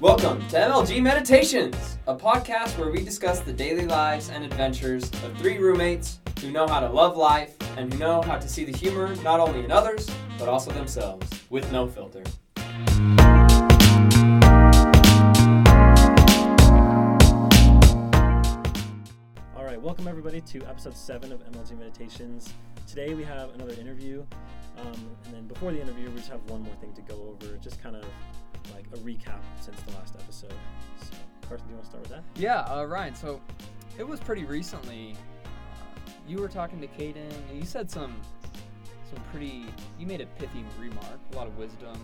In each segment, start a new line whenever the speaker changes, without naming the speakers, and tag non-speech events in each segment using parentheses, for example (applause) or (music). Welcome to MLG Meditations, a podcast where we discuss the daily lives and adventures of three roommates who know how to love life and who know how to see the humor not only in others, but also themselves, with no filter.
All right, welcome everybody to episode seven of MLG Meditations. Today we have another interview, um, and then before the interview, we just have one more thing to go over, just kind of like a recap since the last episode. So, Carson, do you want to start with that?
Yeah, uh, Ryan. So it was pretty recently. Uh, you were talking to Caden. And you said some some pretty. You made a pithy remark. A lot of wisdom.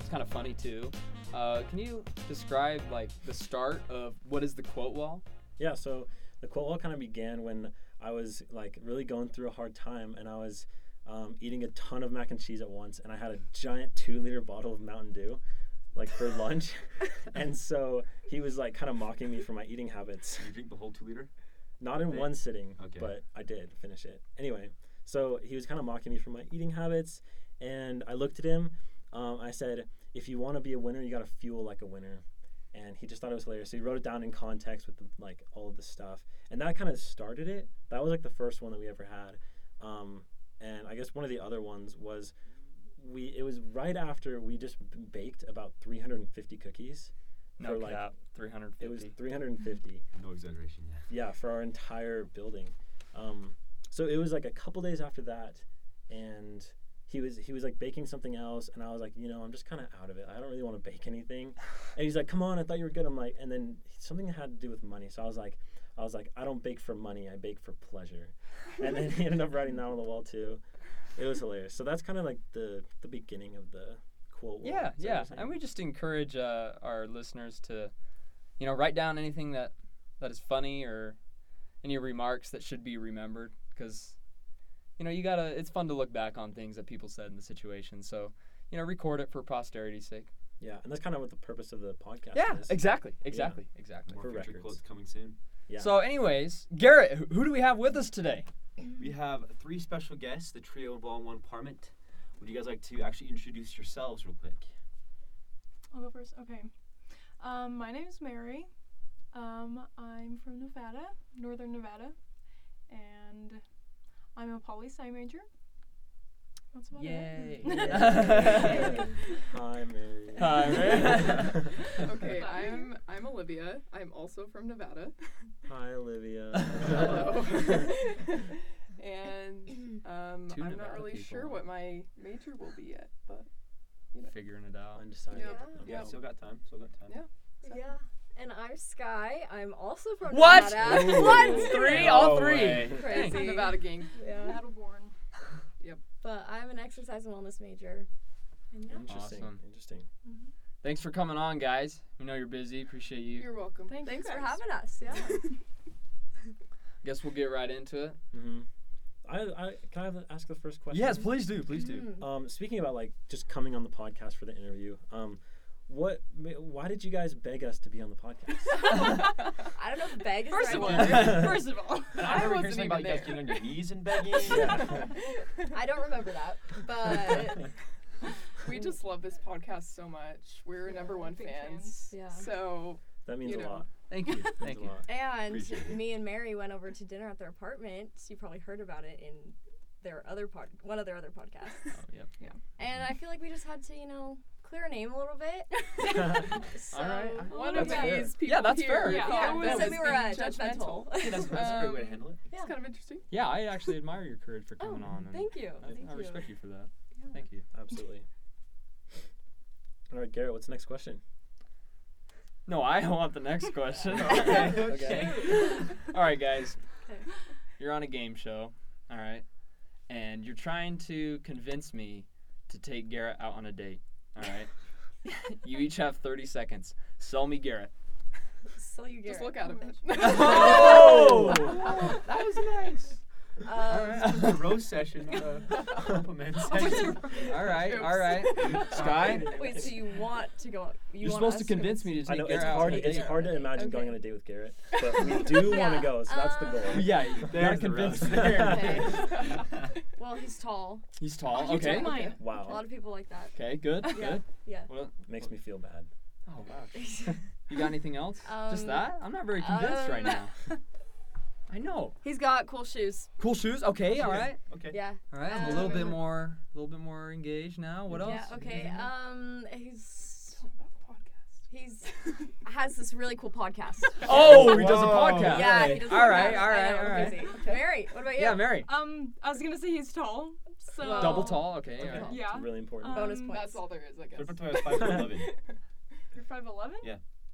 It's kind of funny too. Uh, can you describe like the start of what is the quote wall?
Yeah, so the quote all kind of began when I was like really going through a hard time and I was um, eating a ton of mac and cheese at once and I had a giant two liter bottle of Mountain Dew like for lunch. and so he was like kind of mocking me for my eating habits.
You drink the whole two liter?
Not in one sitting,
Okay.
but I did finish it. Anyway, so he was kind of mocking me for my eating habits and I looked at him. Um, I said, if you want to be a winner, you got to fuel like a winner and he just thought it was hilarious. So he wrote it down in context with like all of the stuff, and that kind of started it. That was like the first one that we ever had, um, and I guess one of the other ones was we. It was right after we just b- baked about 350 cookies. for like
350.
it was 350.
No exaggeration. Yeah.
yeah, for our entire building. Um, so it was like a couple days after that, and he was he was like baking something else, and I was like, you know, I'm just kind of out of it. I don't really want to bake anything. And he's like, come on, I thought you were good. I'm like, and then something had to do with money. So I was like, I was like, I don't bake for money. I bake for pleasure. And then he ended up writing that on the wall too. It was hilarious. So that's kind of like the the beginning of the quote. wall,
Yeah,
is that what
yeah.
you're saying?
And we just encourage uh, our listeners to, you know, write down anything that that is funny or any remarks that should be remembered because, you know, you gotta. It's fun to look back on things that people said in the situation. So, you know, record it for posterity's sake.
yeah, and that's kind of what the purpose of the podcast.
Yeah,
is.
exactly, exactly, exactly.
More
For
future
records.
clothes coming soon.
Yeah.
So, anyways, Garrett, who, who do we have with us today?
We have three special guests, the trio of all in one apartment. Would you guys like to actually introduce yourselves real quick?
I'll go first. Okay. Um, my name's Mary. Um, I'm from Nevada, Northern Nevada, and I'm a poli sci major. That's about (laughs)
(laughs)
Yay. (laughs)
it.
Hi, Mary.
Hi, Mary.
Okay,
Hi.
I'm I'm Olivia. I'm also
(laughs)
from Nevada.
(laughs) Hi, Olivia.
Oh.
Hello. (laughs)
(clears throat)
and um,
Two
I'm
Nevada
not really
people.
sure what my major will be yet, but
Figuring it out.
Undecided.
Yeah.
Yeah,
Yeah.
still got time. Still got time.
Yeah.
Yeah. And I'm Sky. I'm also from
What?
(laughs)
(laughs)
(laughs)
Nevada.
What? Three? All three?
it's the
Crazy.
Nevada gang.
yeah.
Battleborn.
But I'm an exercise and wellness major. And yeah.
Interesting.
Awesome.
Interesting.
Thanks for coming on, guys. We know you're busy. Appreciate you.
You're welcome.
Thank you
Thanks for
guys.
having us. Yeah.
Guess we'll get right into it.
hmm I, I can I have- ask the first question?
Mm-hmm. please do. Please do.
Hmm.
Um, speaking about like just coming on the podcast for the interview, um, what? ma- Why did you guys beg us to be on the
(laughs)
podcast?
I don't know if beg is
First
the
of (laughs)
right
all,
(laughs)
word.
first of all,
I
I
remember
wasn't
hearing
even
about you
there.
guys getting on
Your knees and begging.
Yeah.
(laughs)
I don't remember that. But
(laughs)
we just love this podcast so much. We're number one
big
fans.
fans. Yeah.
So
That means
You
a
know,
lot.
Thank you.
Means
Thank
a
you.
lot.
Appreciate it.
and me and Mary went over to dinner at their apartment. You probably heard about it in their other pod one of their other podcasts.
yep.
Yeah.
And I feel like we just had to, you know, clear a name a little bit.
(laughs)
(laughs) so
right, all
one
That's
of
fair.
these people
Yeah, that's
here,
fair.
Yeah,
yeah,
I
we
was
said we were uh,
being
judgmental.
judgmental.
(laughs)
That's, that's a great way to
Um,
handle it.
Yeah.
It's kind of interesting.
Yeah, I actually admire your courage for coming on. and
Thank you.
I,
Thank
I
you.
respect you for that.
Oh, Yeah.
Thank you.
Absolutely. All right, Garrett. What's the next question?
No, I want the next question.
Okay.
Okay.
All right, guys.
Okay.
You're on a game show. All right. And you're trying to convince me to take Garrett out on a date. All right. you each have 30 seconds. Sell me Garrett.
So you get
Just look out of it.
(laughs)
(laughs)
Oh! that was (laughs) nice.
Um,
It's a roast session, not a
(laughs)
compliment session.
All right,
Oops.
all right. Sky,
(laughs) wait, so you want to go? You
you're
want
supposed to
us
convince me to take
I know
Garrett
it's
out
hard.
on a
It's
date.
hard to imagine going
Okay.
on a date with Garrett, but we do want to
Yeah.
go. So that's the
Um,
goal.
Yeah,
There's
not
the roast.
convinced. (laughs) there. (laughs)
(laughs)
Well, he's tall.
He's tall.
You took
Okay.
mine.
A lot
Wow,
(laughs)
of people like that. (laughs)
Okay. Good.
Yeah.
Good.
Yeah.
Well,
makes me feel bad.
Oh wow. You got anything else? Just
Um,
that? I'm not very convinced right
um, (laughs)
now. I know.
He's got cool shoes.
Cool shoes. Okay. All
Yeah.
right.
Okay.
Yeah.
All right. I'm a little bit
Um,
more, a little bit more engaged now. What else?
Yeah. Okay.
Anything else?
Um, he's
It's all about the
he's has this really
(laughs)
cool podcast.
podcast.
Oh, he does a
Whoa.
podcast.
yeah.
Really?
He does
all right.
podcasts.
All
I
right.
know,
All right.
crazy. Mary, what about you?
Yeah, Mary.
Um, I was gonna say he's tall, so
Oh.
Double tall. Okay.
Okay.
all right.
Yeah.
really important.
Um,
Bonus
Mm,
points.
That's all there is, I guess.
They're put to five foot eleven.
You're five eleven.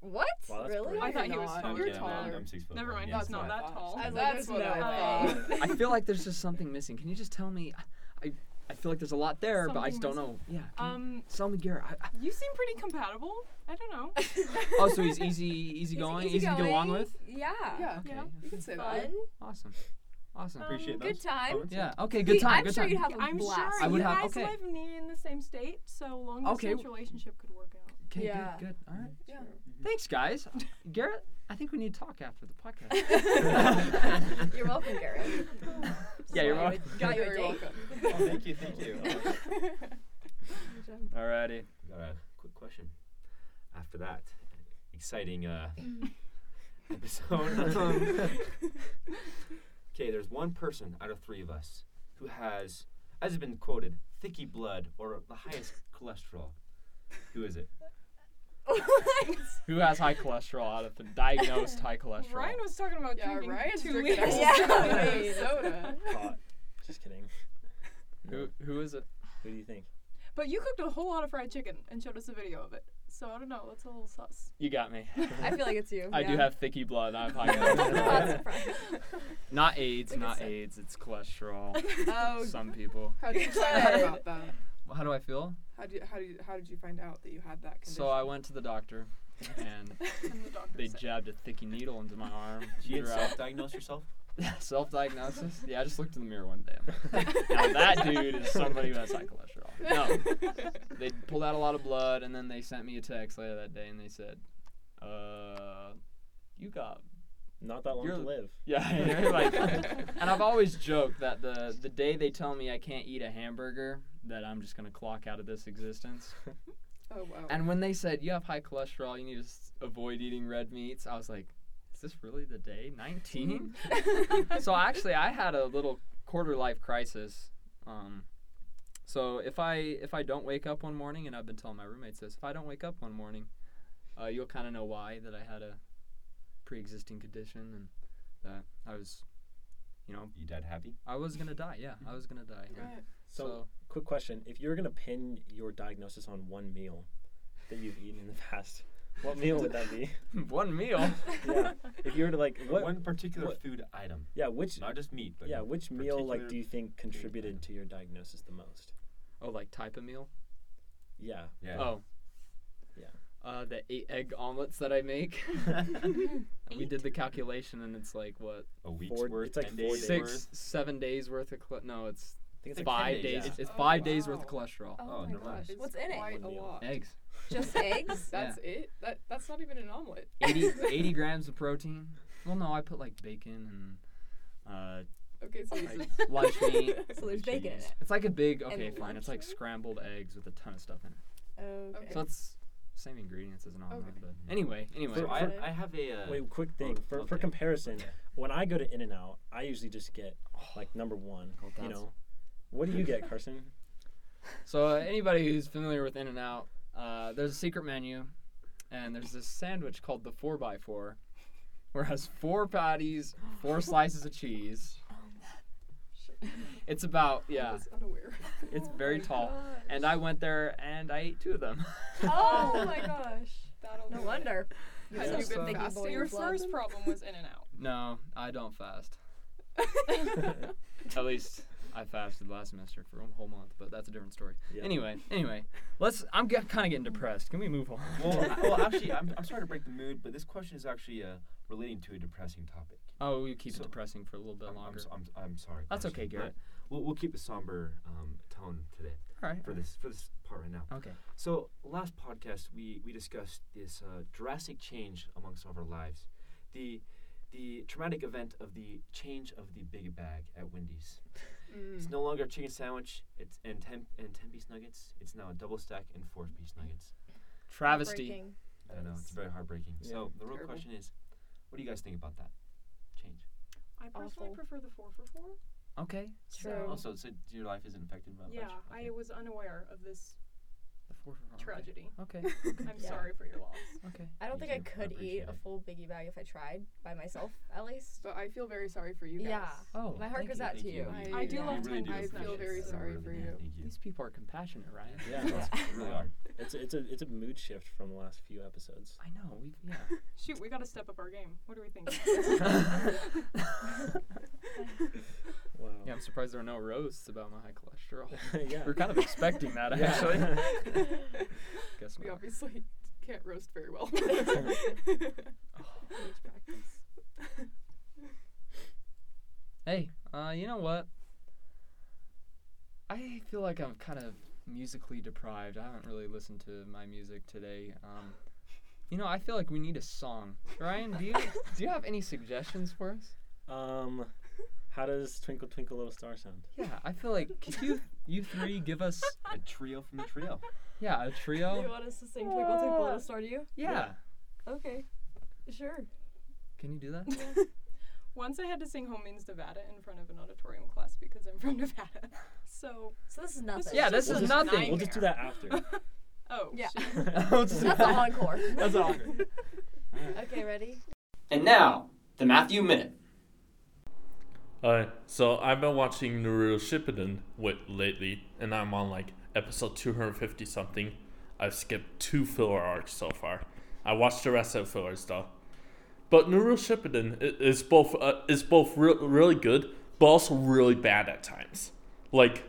What?
Wow, that's
really?
brave.
(laughs) I thought he was
Not.
taller.
I'm,
You're
yeah, I'm,
taller.
I'm six foot.
Never
eleven,
mind,
Yeah,
he's
it's
not
fine.
that tall.
I was like,
That's
there's
what
no
I
way.
thought.
I feel like there's just something missing. Can you just tell me? I, I feel like there's a lot there, but I just
Something
don't know. Yeah. Can you
Um,
tell me, Garrett. I, I,
you seem pretty compatible. I don't know.
(laughs)
oh, so he's easy, easy going, easy, to get along
easygoing.
with.
Yeah.
Yeah,
Okay.
Yeah.
you could say that.
Fun.
Awesome. Awesome.
Um,
Appreciate those.
Good time.
comments.
Yeah. Okay. Good time.
I'm
good
sure
time.
you'd have a
I'm
blast.
sure
I would
you
have-
guys
okay.
live near in the same state, so long
Okay.
distance relationship could work out.
Okay.
Yeah.
Good. Good. All right.
Yeah.
Thanks, (laughs) guys. Garrett, I think we need to talk after the
(laughs)
podcast.
You're welcome, Garrett.
(laughs) yeah, you're
Sorry,
welcome.
we Got you a
Very
date.
Oh, thank you, thank you.
Alrighty.
Got a quick question. After that exciting uh,
(laughs)
episode.
Um,
okay, there's one person out of three of us who has, as has been quoted, thicky blood or the highest cholesterol. Who is it?
Who has high cholesterol out of the diagnosed high cholesterol?
Ryan was talking about
Yeah,
drinking
Ryan's
two
drinking
liters.
a whole
Yeah.
(laughs)
bottle of (laughs) soda.
Hot. Just kidding.
Who, who is it?
Who do you think?
But you cooked a whole lot of fried chicken and showed us a video of it. So I don't know. That's a
(laughs)
little sus.
You got me.
(laughs) I feel like it's you.
I do
yeah.
have thicky blood. I have (laughs) high
Not
cholesterol.
surprised.
(laughs)
not AIDS.
Like I
Not
said.
AIDS. It's cholesterol. (laughs)
Oh,
Some people.
how did you find out about that?
Well, how do I feel?
How do you, how do you, how did you find out that you had that condition?
So I went to the doctor, and
And the doctor
they
said-
jabbed a thicky needle into my arm.
Did (laughs) you
throughout-
self-diagnose yourself?
(laughs) Self-diagnosis? Yeah, I just looked in the mirror one day. I'm like, now that dude is somebody who has high cholesterol. No,
(laughs)
they pulled out a lot of blood, and then they sent me a text later that day, and they said, "Uh, you got
Not that long
You're-
to live. (laughs)
yeah." you're like, and I've always joked that the the day they tell me I can't eat a hamburger, that I'm just gonna clock out of this existence.
(laughs) Oh wow.
And when they said you have high cholesterol, you need to s- avoid eating red meats, I was like, is this really the day?
Mm-hmm.
19?
Um, (laughs)
so actually, I had a little quarter life crisis. Um, so if I if I don't wake up one morning, and I've been telling my roommates this, if I don't wake up one morning, uh, you'll kind of know why that I had a pre-existing condition and that I was, you know,
You died happy?
I was gonna die. Yeah, I was gonna die. yeah.
Right.
So, quick question: If you were gonna pin your diagnosis on one meal that you've eaten in the past, what meal would that be?
So (laughs) one meal.
yeah. If you were to like what?
One particular
what-
food item,
yeah. Which?
not just meat, but
Yeah. Which meal like
particular
do you think contributed
item.
to your diagnosis the most?
Oh, like type of meal.
Yeah.
yeah.
Oh.
Yeah.
Uh, the eight egg omelets that I make. (laughs) we did the calculation, and it's like what
a week's
four-
worth,
it's like
ten
four
days
days.
six,
worth.
seven days worth of cl- no, it's
I think it's
Like
five
10 days,
days.
yeah.
It's
Oh,
five days worth of
wow.
cholesterol.
Oh,
Oh, my
never
gosh.
mind.
it's
What's in it?
Quite a
One meal.
lot.
Eggs.
Just eggs.
That's it. That that's not even an omelet.
(laughs)
80, 80 grams of protein. Well, no, I put like bacon and uh,
Okay, so it's
like
(laughs)
a-
lunch meat.
So there's bacon in
Cheese.
it.
It's like a big. Okay,
And
fine. It's like
lunch meat?
scrambled eggs with a ton of stuff in it.
Okay.
So it's same ingredients as an omelet.
Okay.
But anyway, anyway.
So I, I have a. Uh,
Wait, quick thing
Oh,
for, for
okay.
comparison. When I go to In and Out, I usually just get like number one.
Oh,
you
that's-
know, what do you get, Carson?
(laughs)
(laughs)
So uh, anybody who's familiar with In and Out, uh, there's a secret menu, and there's this sandwich called the four by four, where it has four patties,
(gasps)
four slices of cheese. It's about
I
yeah,
was unaware. (laughs) Oh
it's very tall, and I went there and I ate two of them.
Oh my gosh.
That'll
No
do it.
wonder.
Have
Yeah,
you
so-
been
Thinking
fasting?
boy.
Your
Boys love
first
them.
problem was in and
(laughs)
out.
(laughs) No, I don't fast. At least I fasted last semester for a whole month, but that's a different story.
Yeah.
Anyway, anyway, let's. I'm g- kind of getting depressed. Can we move on?
well, I- well, actually, I'm, I'm sorry to break the mood, but this question is actually uh, relating to a depressing topic.
oh, we keep
So-
it depressing for a little bit
I'm, I'm
longer.
so- I'm, I'm sorry.
That's
Carson,
okay,
but
Garrett.
We'll, we'll keep a somber um, tone today
All right.
for this for this part right now.
Okay.
So last podcast we we discussed this uh, drastic change amongst all of our lives, the the traumatic event of the change of the big bag at Wendy's. It's
Mm.
no longer a chicken sandwich. It's
Mm-hmm.
and ten and ten piece nuggets. It's now a double stack and four piece nuggets.
Travesty.
Heartbreaking.
I know it's
is
very heartbreaking.
Yeah.
So the real
Terrible.
question is, what do you guys think about that change?
I personally
Awful.
prefer the four for four.
Okay.
So-
Also, so your life isn't affected by
Um, yeah,
much.
I was unaware of this
The four for four. okay.
tragedy.
Okay.
I'm
Yeah.
sorry for your loss.
Okay.
I don't
Me
think I
too. I
could eat
appreciate
a
it.
full biggie bag if I tried by myself, at least.
But I feel very sorry for you guys.
Yeah.
Oh,
My heart
thank
goes
you.
out to
Thank
you.
I,
I do
yeah.
love
You really do
time
I feel
appreciate
very
it.
snatches.
sorry
Really
for
do.
you.
Thank you.
These people are compassionate, (laughs) Ryan.
Yeah.
Yeah.
You really are.
It's a, it's a it's a mood shift from the last few episodes.
I know. We yeah.
Shoot, we gotta step up our game. What do we think?
(laughs)
Wow.
yeah, I'm surprised there are no roasts about my high cholesterol.
(laughs) yeah.
(laughs) we are kind of expecting that
Yeah.
actually. (laughs) Guess
We
not.
obviously (laughs) can't roast
(laughs)
very well.
I need to practice.
Hey, uh, you know what? I feel like I'm kind of musically deprived. I haven't really listened to my music today. Um, you know, I feel like we need a song. Ryan, do
(laughs)
you do you have any suggestions for us?
(laughs) Um, how does Twinkle Twinkle Little Star sound?
Yeah, I feel like could you you three give us
A trio from the trio.
yeah a
Do you
trio?
want us to sing Twinkle Twinkle Little Star to you?
Yeah.
Okay. Sure.
Can you do that?
Once I had to sing Home Means Nevada in front of an auditorium class because I'm from (laughs) Nevada. So
So this is nothing.
Yeah, this
We'll
is
just-
nothing.
We'll just do that after.
(laughs)
(laughs)
oh
Yeah.
shit.
That's an (laughs) encore.
(laughs)
That's (laughs) awkward.
Okay, ready?
And now, the Matthew Minute.
Alright, Uh, so I've been watching Naruto Shippuden with lately, and I'm on like episode 250 something. I've skipped two filler arcs so far. I watched the rest of the fillers though. But Naruto Shippuden i- is both uh, is both re- really good, but also really bad at times. Like,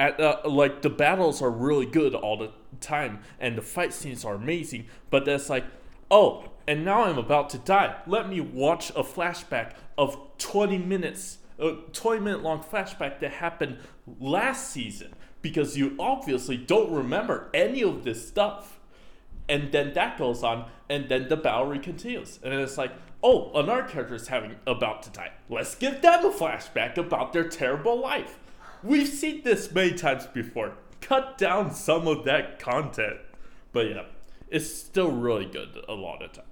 at uh, like the battles are really good all the time, and the fight scenes are amazing. But that's like, oh, and now I'm about to die. Let me watch a flashback of 20 minutes, a 20 minute long flashback that happened last season because you obviously don't remember any of this stuff and then that goes on, and then the battle continues, and it's like, oh, another character is having about to die. Let's give them a flashback about their terrible life. We've seen this many times before. Cut down some of that content, but yeah, it's still really good a lot of time.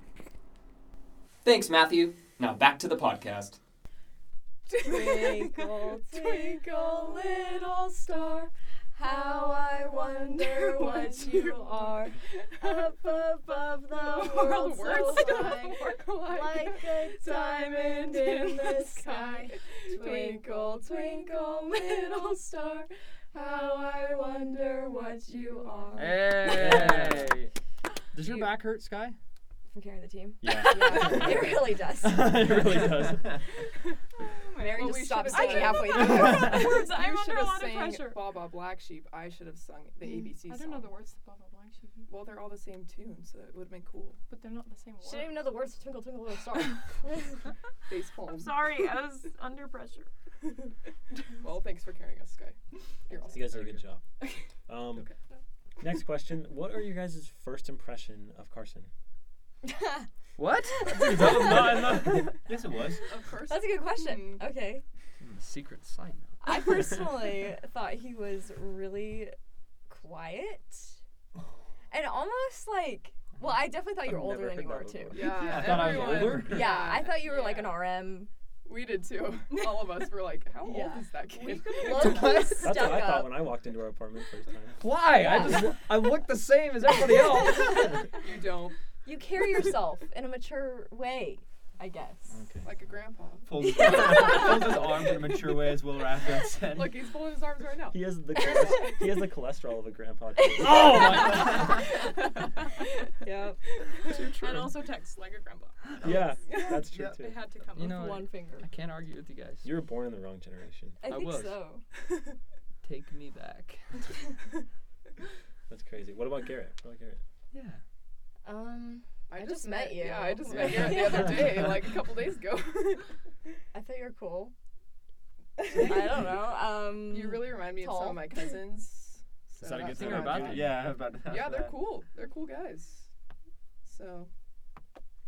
Thanks, Matthew. Now back to the podcast.
(laughs) Twinkle, twinkle, little star, how I wonder what you are. (laughs) Up above the (laughs) world,
World
so
words
high,
don't work alike.
like a diamond in the sky. Twinkle,
Twinkle,
twinkle, little star, how I wonder what you are.
Hey. Does your
You-
back hurt, Sky?
From carrying the team.
(laughs)
yeah.
Yeah, (laughs) it really does.
it really does.
Mary
Well, we
just
should've-
stops
I
singing
should've (laughs)
halfway
known
through.
that. Words,
You
I'm
should
under a
have
lot of
sang
pressure. Mm-hmm.
Baba Black Sheep. I should have sung the ABC
I
song.
don't know the words to Blah Blah Blank Sheep,
Well, they're all the same tune, so it would have been cool.
but they're not the same
She
words.
didn't even know the words to Twinkle Twinkle Little Star.
Face palm.
Sorry, I was under (laughs) pressure.
Well, thanks for carrying us, Sky. You're awesome.
You guys did a good
(laughs)
job. Um,
Okay.
Next question: What are your guys' first impression of Carson?
What?
(laughs) yes, it was.
Of course.
(laughs) That's a good question. Okay.
Secret side note.
I personally thought he was really quiet and almost like. Well, I definitely thought you were
I've
older
never
than you
heard that
were too.
before.
(laughs)
Yeah.
I thought I was
everyone-
older?
(laughs)
Yeah, I thought you were like
Yeah.
an RM.
We did too. All of us were like, how old
Yeah.
is that kid? (laughs)
Low key
That's
That's
stuck
what I
up.
thought (laughs) when I walked into our apartment first time.
Why? I just I look the same as everybody (laughs) else.
you don't.
You carry yourself in a mature way, I guess.
Like a grandpa.
Folds, folds his arms in a mature way, as Will Rathbun said.
Look, he's folding his arms right
(laughs)
(laughs)
now.
He has the cholest- he has the cholesterol of a grandpa. Too.
(laughs) oh my!
(laughs)
Yep.
And also text like a grandpa.
yeah, that's true
Yeah.
too.
It had to come.
You
up.
know,
One finger.
I can't argue with you guys.
You were born in the wrong generation.
I
I
think
was.
so.
Take me back.
That's crazy. What about Garrett? What about Garrett?
Yeah.
Um,
(laughs) I,
just met you.
Yeah, I just
Yeah.
met you the other day, like a couple days ago.
I thought you were cool. I don't know. Um,
you really remind me of some
Tall.
of my cousins. So
Is that a good
that's
thing or
not
a bad thing?
Yeah, I was about to ask
Yeah, they're
that.
cool. They're cool guys. So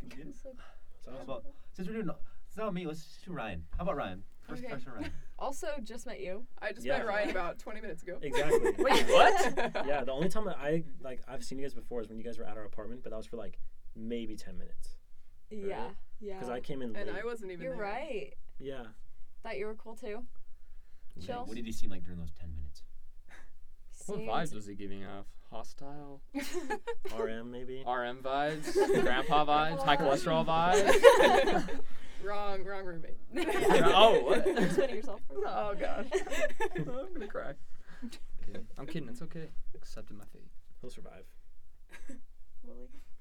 Confused?
That's
How
awesome.
about- since we're doing, it's not me. Let's do Ryan. How about Ryan? First
Okay.
question right.
Also, just met you.
I just
Yeah.
met Ryan about 20 minutes ago. (laughs)
Exactly.
Wait,
what?
yeah, the only time that I like I've seen you guys before is when you guys were at our apartment, but that was for like maybe ten minutes
Yeah, yeah.
because I came in late.
And I wasn't even
You're
there.
right.
yeah,
Thought you were cool too. Chill.
What did he seem like during those 10 minutes?
What
Seems-
vibes was he giving off? Hostile?
(laughs)
RM maybe.
RM vibes? grandpa vibes? High cholesterol vibes?
(laughs)
wrong, wrong roommate.
oh, what?
Explaining yourself.
Oh, God. I'm going to cry. Kidding. I'm kidding. It's okay. Accepting my fate.
He'll survive.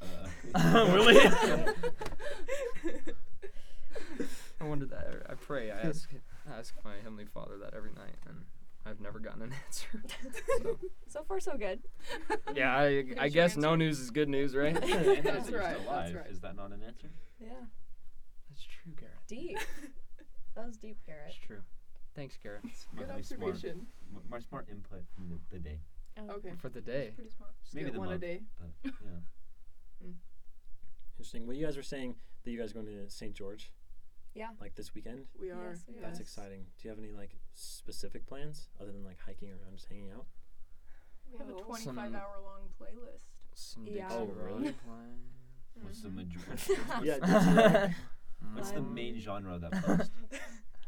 Uh,
Really?
I wonder that. I pray. I (laughs) ask, I ask my Heavenly Father that every night, and I've never gotten an (laughs) answer. So,
So far, so good.
yeah, I, I
your
guess no news is good news, (laughs) right?
and the answer
That's
is you're
right,
Still
that's
alive.
right.
Is that not an answer?
Yeah.
That's true, Garrett.
(laughs) Deep. that was deep, Garrett. (laughs)
That's true. Thanks, Garrett,
Good
My smart-
observation.
m- My smart input from the, the day.
Okay.
for the day.
Pretty smart.
Just
Maybe
get
one a
month,
day.
But, yeah.
(laughs) Interesting. Well, you guys were saying that you guys are going to St. George.
Yeah.
Like this weekend.
We are.
Yes, we are.
That's
Yes.
exciting. Do you have any like specific plans other than like hiking around, just hanging out? (laughs)
We have a
Whoa.
25
Some-
hour long playlist.
Some
Yeah.
Dixie
Oh, really?
Road plan.
What's
Mm-hmm.
the majority?
(laughs)
Yeah,
What's the
Mm-hmm.
Um,
main genre of that post?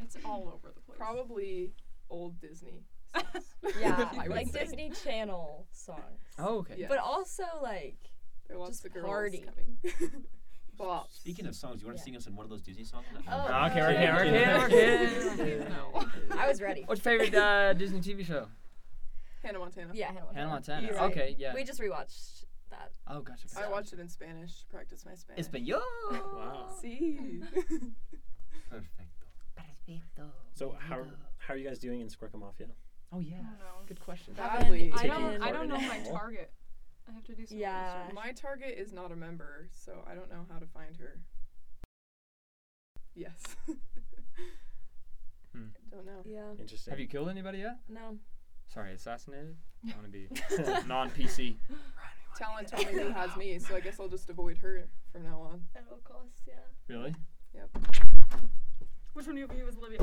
It's all over the place. (laughs)
Probably old Disney. songs.
Yeah,
I would
like
say.
Disney Channel songs.
Oh, okay.
Yeah.
But also like
There are lots
Just
of girls
party. (laughs)
coming. Bops.
Speaking of songs, you want to
Yeah.
sing us in one of those Disney songs?
Oh,
Ah, okay,
uh,
we're here, we're here, we're
Please,
here. (laughs)
please
(laughs)
no.
I was ready.
What's your favorite uh, Disney TV show?
Hannah Montana.
(laughs) Yeah, Hannah Montana.
Hannah Montana.
Easy.
Okay, yeah.
We just rewatched that.
oh, gotcha.
I watched it in Spanish to practice my Spanish.
Espanol.
Wow.
(laughs)
See.
Perfecto.
Perfecto.
So how how are you guys doing in Squirka Mafia?
Oh yeah.
I don't know.
Good question.
Badly.
I
Taken
don't, I don't know my
organized.
target. I have to do some
Yeah.
research.
My target is not a member, so I don't know how to find her. Yes.
Hmm.
I don't know.
Yeah.
Interesting.
Have you killed anybody yet?
(laughs) No.
Sorry, assassinated. I want to be non PC.
Talon told me who has me, (laughs) so I guess I'll just avoid her from now on.
At all costs, yeah.
(laughs) Really?
Which one of you was Olivia?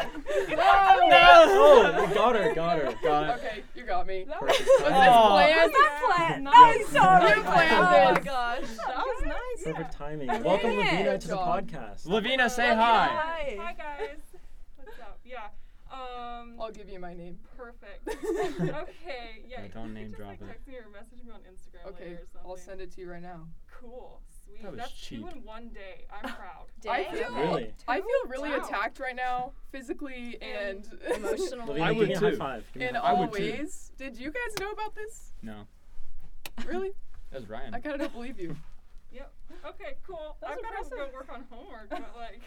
Oh,
(laughs)
we got her, got her.
Got it.
(laughs) Okay, you got me.
(laughs)
(laughs)
That
Perfect.
Was
Aw.
this planned?
That plan.
Yeah.
That was
You
so good.
planned
Oh my
this.
gosh. That was nice.
Perfect timing. Welcome,
Dang it.
Lavina,
Good
to the
job.
podcast.
Lavina, say
Lavina,
hi.
hi.
Hi guys. What's up? Yeah. Um
I'll give you my name. (laughs)
perfect. okay, yeah.
Yeah,
you
don't
can
name
just,
drop
like,
it.
Text me or message me on Instagram
Okay,
later or something.
I'll send it to you right now.
Cool. Sweet.
That was
That's
cheap.
two in one day.
(laughs)
I'm proud.
I
Dang.
feel
Really?
I feel really
Wow.
attacked right now, physically and (laughs)
Emotional.
Lavina,
I
give
would
me a
too.
high five. Give me a
in
high
I
all
would too.
ways. Did you guys know about this?
No,
Really?
that was Ryan.
I kind of don't believe you.
Okay, cool.
That was
I've got to go
impressive.
work on homework,
(laughs)
but like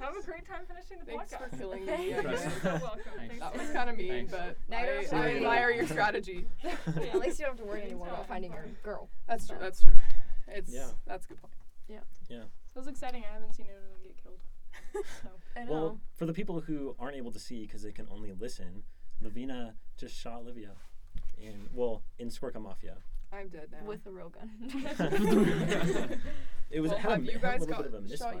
have a great time finishing the
Thanks for
podcast. (laughs)
killing me.
Thanks.
I guess.
You're so welcome.
Thanks.
Thanks.
That
for-
was kind of mean,
Thanks.
but
Now you
I,
don't
I
have to
admire
(laughs)
worry.
your strategy.
(laughs)
At least you don't have to worry anymore about
Anytime.
finding your girl.
That's true.
So.
That's true. It's
Yeah.
that's a good point.
That was exciting. I haven't seen anyone get killed. So.
I know.
Well, for the people who aren't able to see because they can only listen, Lavina just shot Livia in well in Squirka Mafia.
I'm dead now.
With a real gun. (laughs)
It was
Well,
it had a,
have
mi-
you
it had a
guys
little bit of a
got- shot
misfire.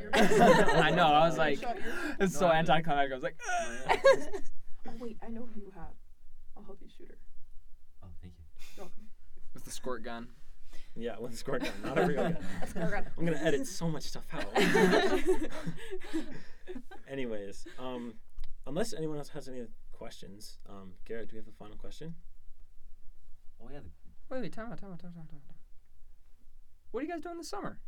(laughs)
your-
(laughs)
(laughs)
I know. I was
I
like,
shot your-
it's
No,
so
I haven't.
anticlimactic. I was like, "Ah!"
oh wait, I know who you have. I'll help you shoot her.
Oh, thank you.
You're welcome.
with the squirt gun.
Yeah, with a squirt gun, not a real gun.
Girl.
I'm gonna edit so much stuff out.
(laughs)
Anyways, um, unless anyone else has any questions, um, Garrett, do we have a final
(laughs)
question? (laughs)
Oh, yeah. The,
Wait, wait, time out, time out, time out, time out, time out. What are you guys doing this summer?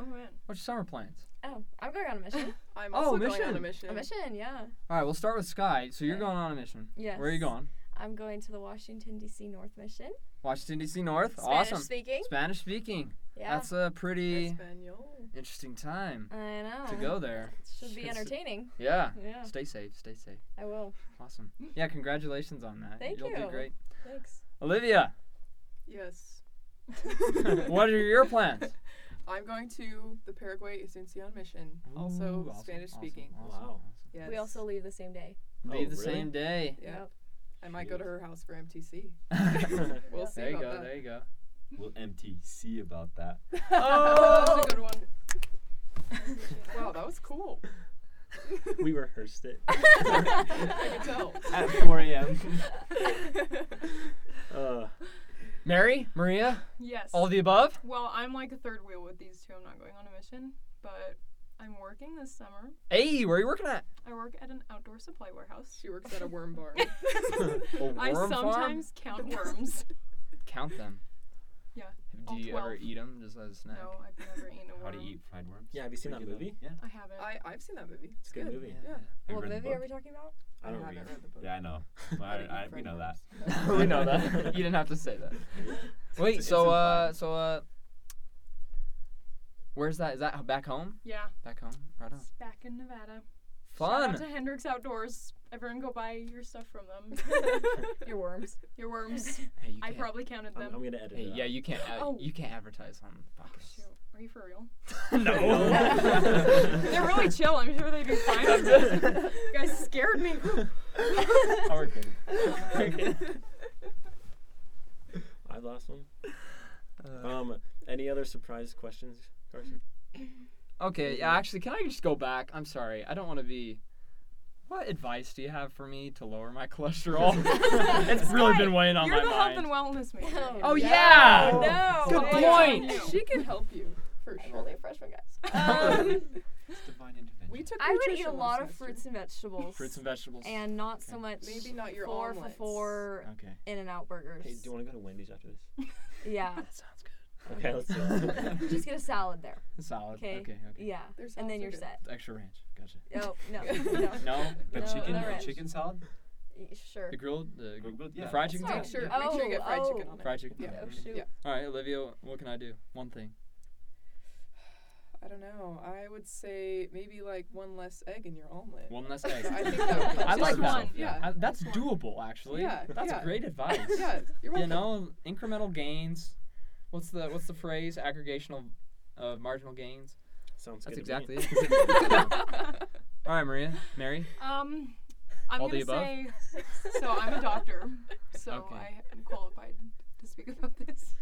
Oh man.
What's your summer plans?
(laughs) Oh, I'm going on a mission.
I'm
Oh,
also going on
mission.
a mission.
A mission, yeah.
All right, we'll start with Sky. So you're
Okay.
going on a mission.
Yes.
Where are you going?
I'm going to the Washington D.C. North Mission.
Washington D.C. North.
Spanish
awesome.
speaking.
Spanish speaking.
Yeah.
That's a pretty
Espanol.
interesting time
I know.
to go there.
Should be
It's-
entertaining.
Yeah.
Oh. Yeah,
Stay safe. Stay safe.
I will.
Awesome. Yeah. Congratulations on that.
Thank
You'll do
you.
great.
Thanks.
Olivia, (laughs)
Yes.
what are your plans?
(laughs) I'm going to the Paraguay Asuncion mission, also Spanish speaking.
Wow.
Yes.
We also leave the same day.
Leave
Oh,
the
really?
same day. (laughs)
Yeah. I might go to her house for MTC.
there
(laughs) We'll
Yep.
see
you
about
go.
that. (laughs)
There you go.
we'll MTC about that.
(laughs)
Oh, that was a good one. wow, that was cool.
we rehearsed it.
I can
(laughs)
tell.
At 4 a.m.
Uh,
Mary, Maria,
Yes.
all of the above.
well, I'm like a third wheel with these two. I'm not going on a mission, but I'm working this summer.
Hey, where are you working at?
I work at an outdoor supply warehouse. (laughs)
She works at a worm barn.
A worm
I
farm?
sometimes (laughs) count worms.
count them.
Yeah,
Do
all
you ever
12.
eat them just as a snack?
no, I've never eaten a worm.
How to eat fried worms?
yeah, have you seen that
Pretty good
movie?
though. Yeah.
I haven't.
I, I've seen that movie.
It's a good movie.
Yeah.
Have you
What
read the
movie are
book?
we talking about?
I don't
haven't
read.
read the book.
Yeah, I know. Well, I, I, we know that.
(laughs) we know that. You didn't have to say that. Wait,
It's
so uh,
implied.
so uh, where's that? Is that back home?
yeah,
Back home? Right on.
it's back in Nevada. Shout
Fun.
out to Hendrix Outdoors. Everyone go buy your stuff from (laughs) them.
(laughs)
Your worms.
Your worms.
Hey, you
I
can't-
probably counted
(laughs) I'm,
them.
I'm gonna edit
Hey,
it.
yeah, you can't. ad-
Oh.
You can't advertise on the
Oh, shoot.
podcast.
Are you for real?
(laughs) No.
(laughs) They're really (laughs) chill. I'm sure they'd be fine with it. (laughs) You guys scared me.
We're good. We're good.
I lost one. Um, any other surprise questions, Carson?
Okay, yeah, actually, can I just go back? I'm sorry. I don't want to be. What advice do you have for me to lower my (laughs) cholesterol? it's really been weighing on
You're
my
the health
mind.
and wellness major.
Oh,
here.
oh, yeah!
No.
Good
Why
point!
don't you?
She can help you, for
I'm
sure.
only a freshman,
(laughs)
guys. Um,
It's divine intervention.
We took
I would eat
nutrition
a
last
lot of
semester.
fruits and vegetables.
Fruits and vegetables.
and not so
Okay.
much
Maybe not your
four
omelets.
for four
(laughs)
okay.
in and out burgers.
Hey, do you want to go to Wendy's after this?
yeah. (laughs)
That sounds good.
Okay, let's do
(laughs)
it.
Just get a salad there.
Solid.
Okay.
Okay, okay.
Yeah.
Their
And
salads
then
are
you're
good.
set.
Extra ranch. Gotcha.
(laughs) Oh, no. No.
No?
the
No,
chicken,
no
the
ranch.
chicken salad.
Y- Sure.
The grilled, the,
The grilled-
the
yeah.
fried chicken.
Make
salad?
sure,
Oh,
make sure you get fried chicken
oh.
on it.
Fried chicken.
Yeah.
Oh,
salad.
shoot.
Yeah.
All right, Olivia, what can I do? One thing.
oh.
I don't know. I would say maybe like one less egg in your omelet.
One less egg.
(laughs) I think that would
I like
just
that.
one, yeah.
I- that's doable, actually.
Yeah,
That's
yeah.
great advice.
(laughs) yeah, you're
you
welcome.
know, incremental gains. What's the what's the phrase? Aggregational, uh, marginal gains.
Sounds
That's
good.
exactly it. (laughs) All right, Maria, Mary.
Um, I'm
All the
gonna
above?
say. So I'm a doctor, so
Okay.
I am qualified to speak about this.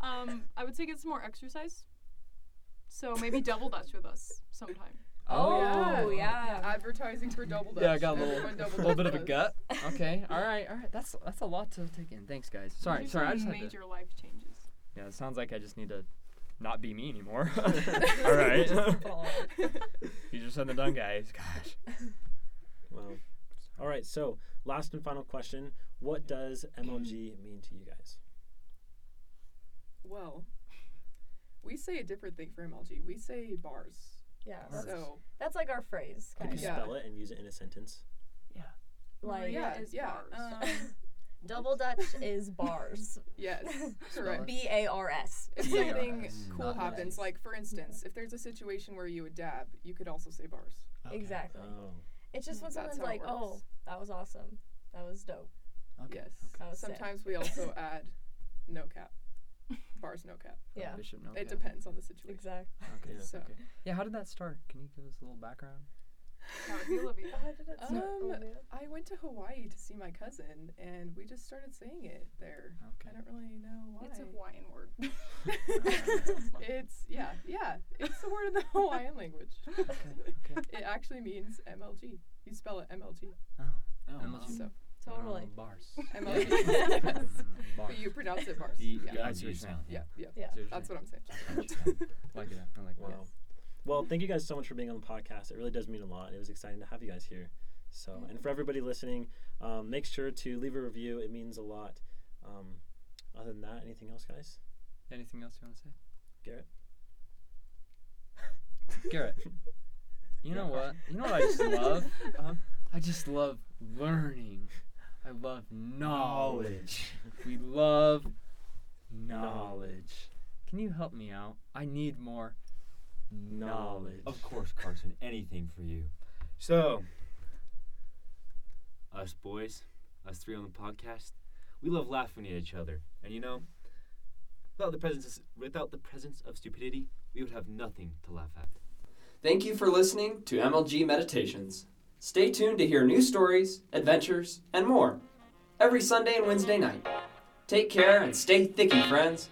Um, I would say get some more exercise. So maybe double dutch with us sometime.
Oh,
yeah.
yeah.
Advertising for double dutch.
Yeah, I got a little,
Everyone double
little bit of
dutch
a
does.
gut. Okay. All right. All right. That's that's a lot to take in. Thanks, guys. Sorry.
These
Sorry.
are
I just had to.
major life changes.
Yeah. It sounds like I just need to not be me
(laughs)
anymore. (laughs) all right.
(laughs)
you just said the done, guys. Gosh.
Wow. All right. So, last and final question: What does MLG mean to you guys?
Well, we say a different thing for MLG. We say bars.
(laughs) Yeah. That's,
So
that's like our phrase.
Could
Kind
you
of.
Yeah.
spell it and use it in a sentence?
Like,
yeah,
Maria is
yeah.
bars.
Um,
(laughs) double Dutch is (laughs) bars.
yes, correct.
B A R S.
If
Yeah.
something
Yes.
cool
Not
happens,
nice.
like for instance, if there's a situation where you would dab, you could also say bars.
Exactly.
Oh,
It's just when
That's
someone's
how it
like, oh,
works.
that was awesome. That was dope.
Yes.
That was sick."
Sometimes we also add no cap. Bars no cap.
Yeah.
Bishop, no cap.
It depends on the situation.
Exactly.
Okay.
Yeah.
So.
okay. Yeah. How did that start? Can you give us a little background?
(laughs) That would be Olivia.
(laughs) How did it start?
Um,
Olivia?
I went to Hawaii to see my cousin, and we just started saying it there.
Okay.
I don't really know why.
It's a Hawaiian word. (laughs)
(laughs)
It's- yeah, yeah. It's the word in the Hawaiian language.
okay.
It actually means MLG. You spell it MLG.
Oh,
And let's
wow.
just-
So
Totally.
Um, bars.
MLG. (laughs)
Um,
But
bars.
you pronounce it bars.
The
yeah.
I see what you're
MLG
saying.
sound.
yeah, yeah.
Yeah.
That's what I'm saying.
like it. I like
wow.
that.
Well, thank you guys so much for being on the podcast. It really does mean a lot. It was exciting to have you guys here. So, and for everybody listening, um, make sure to leave a review. It means a lot. Um, other than that, anything else, guys?
Anything else you want to say?
Garrett?
Garrett. You know what? You know what I just love?
Uh-huh.
I just love learning. I love knowledge. we love knowledge. Can you help me out? I need more knowledge.
Of course, Carson. Anything for you. So, us boys, us three on the podcast, we love laughing at each other. And you know, without the presence, without the presence of stupidity, we would have nothing to laugh at.
Thank you for listening to MLG Meditations. Stay tuned to hear new stories, adventures, and more every Sunday and Wednesday night. Take care and stay thicky, friends.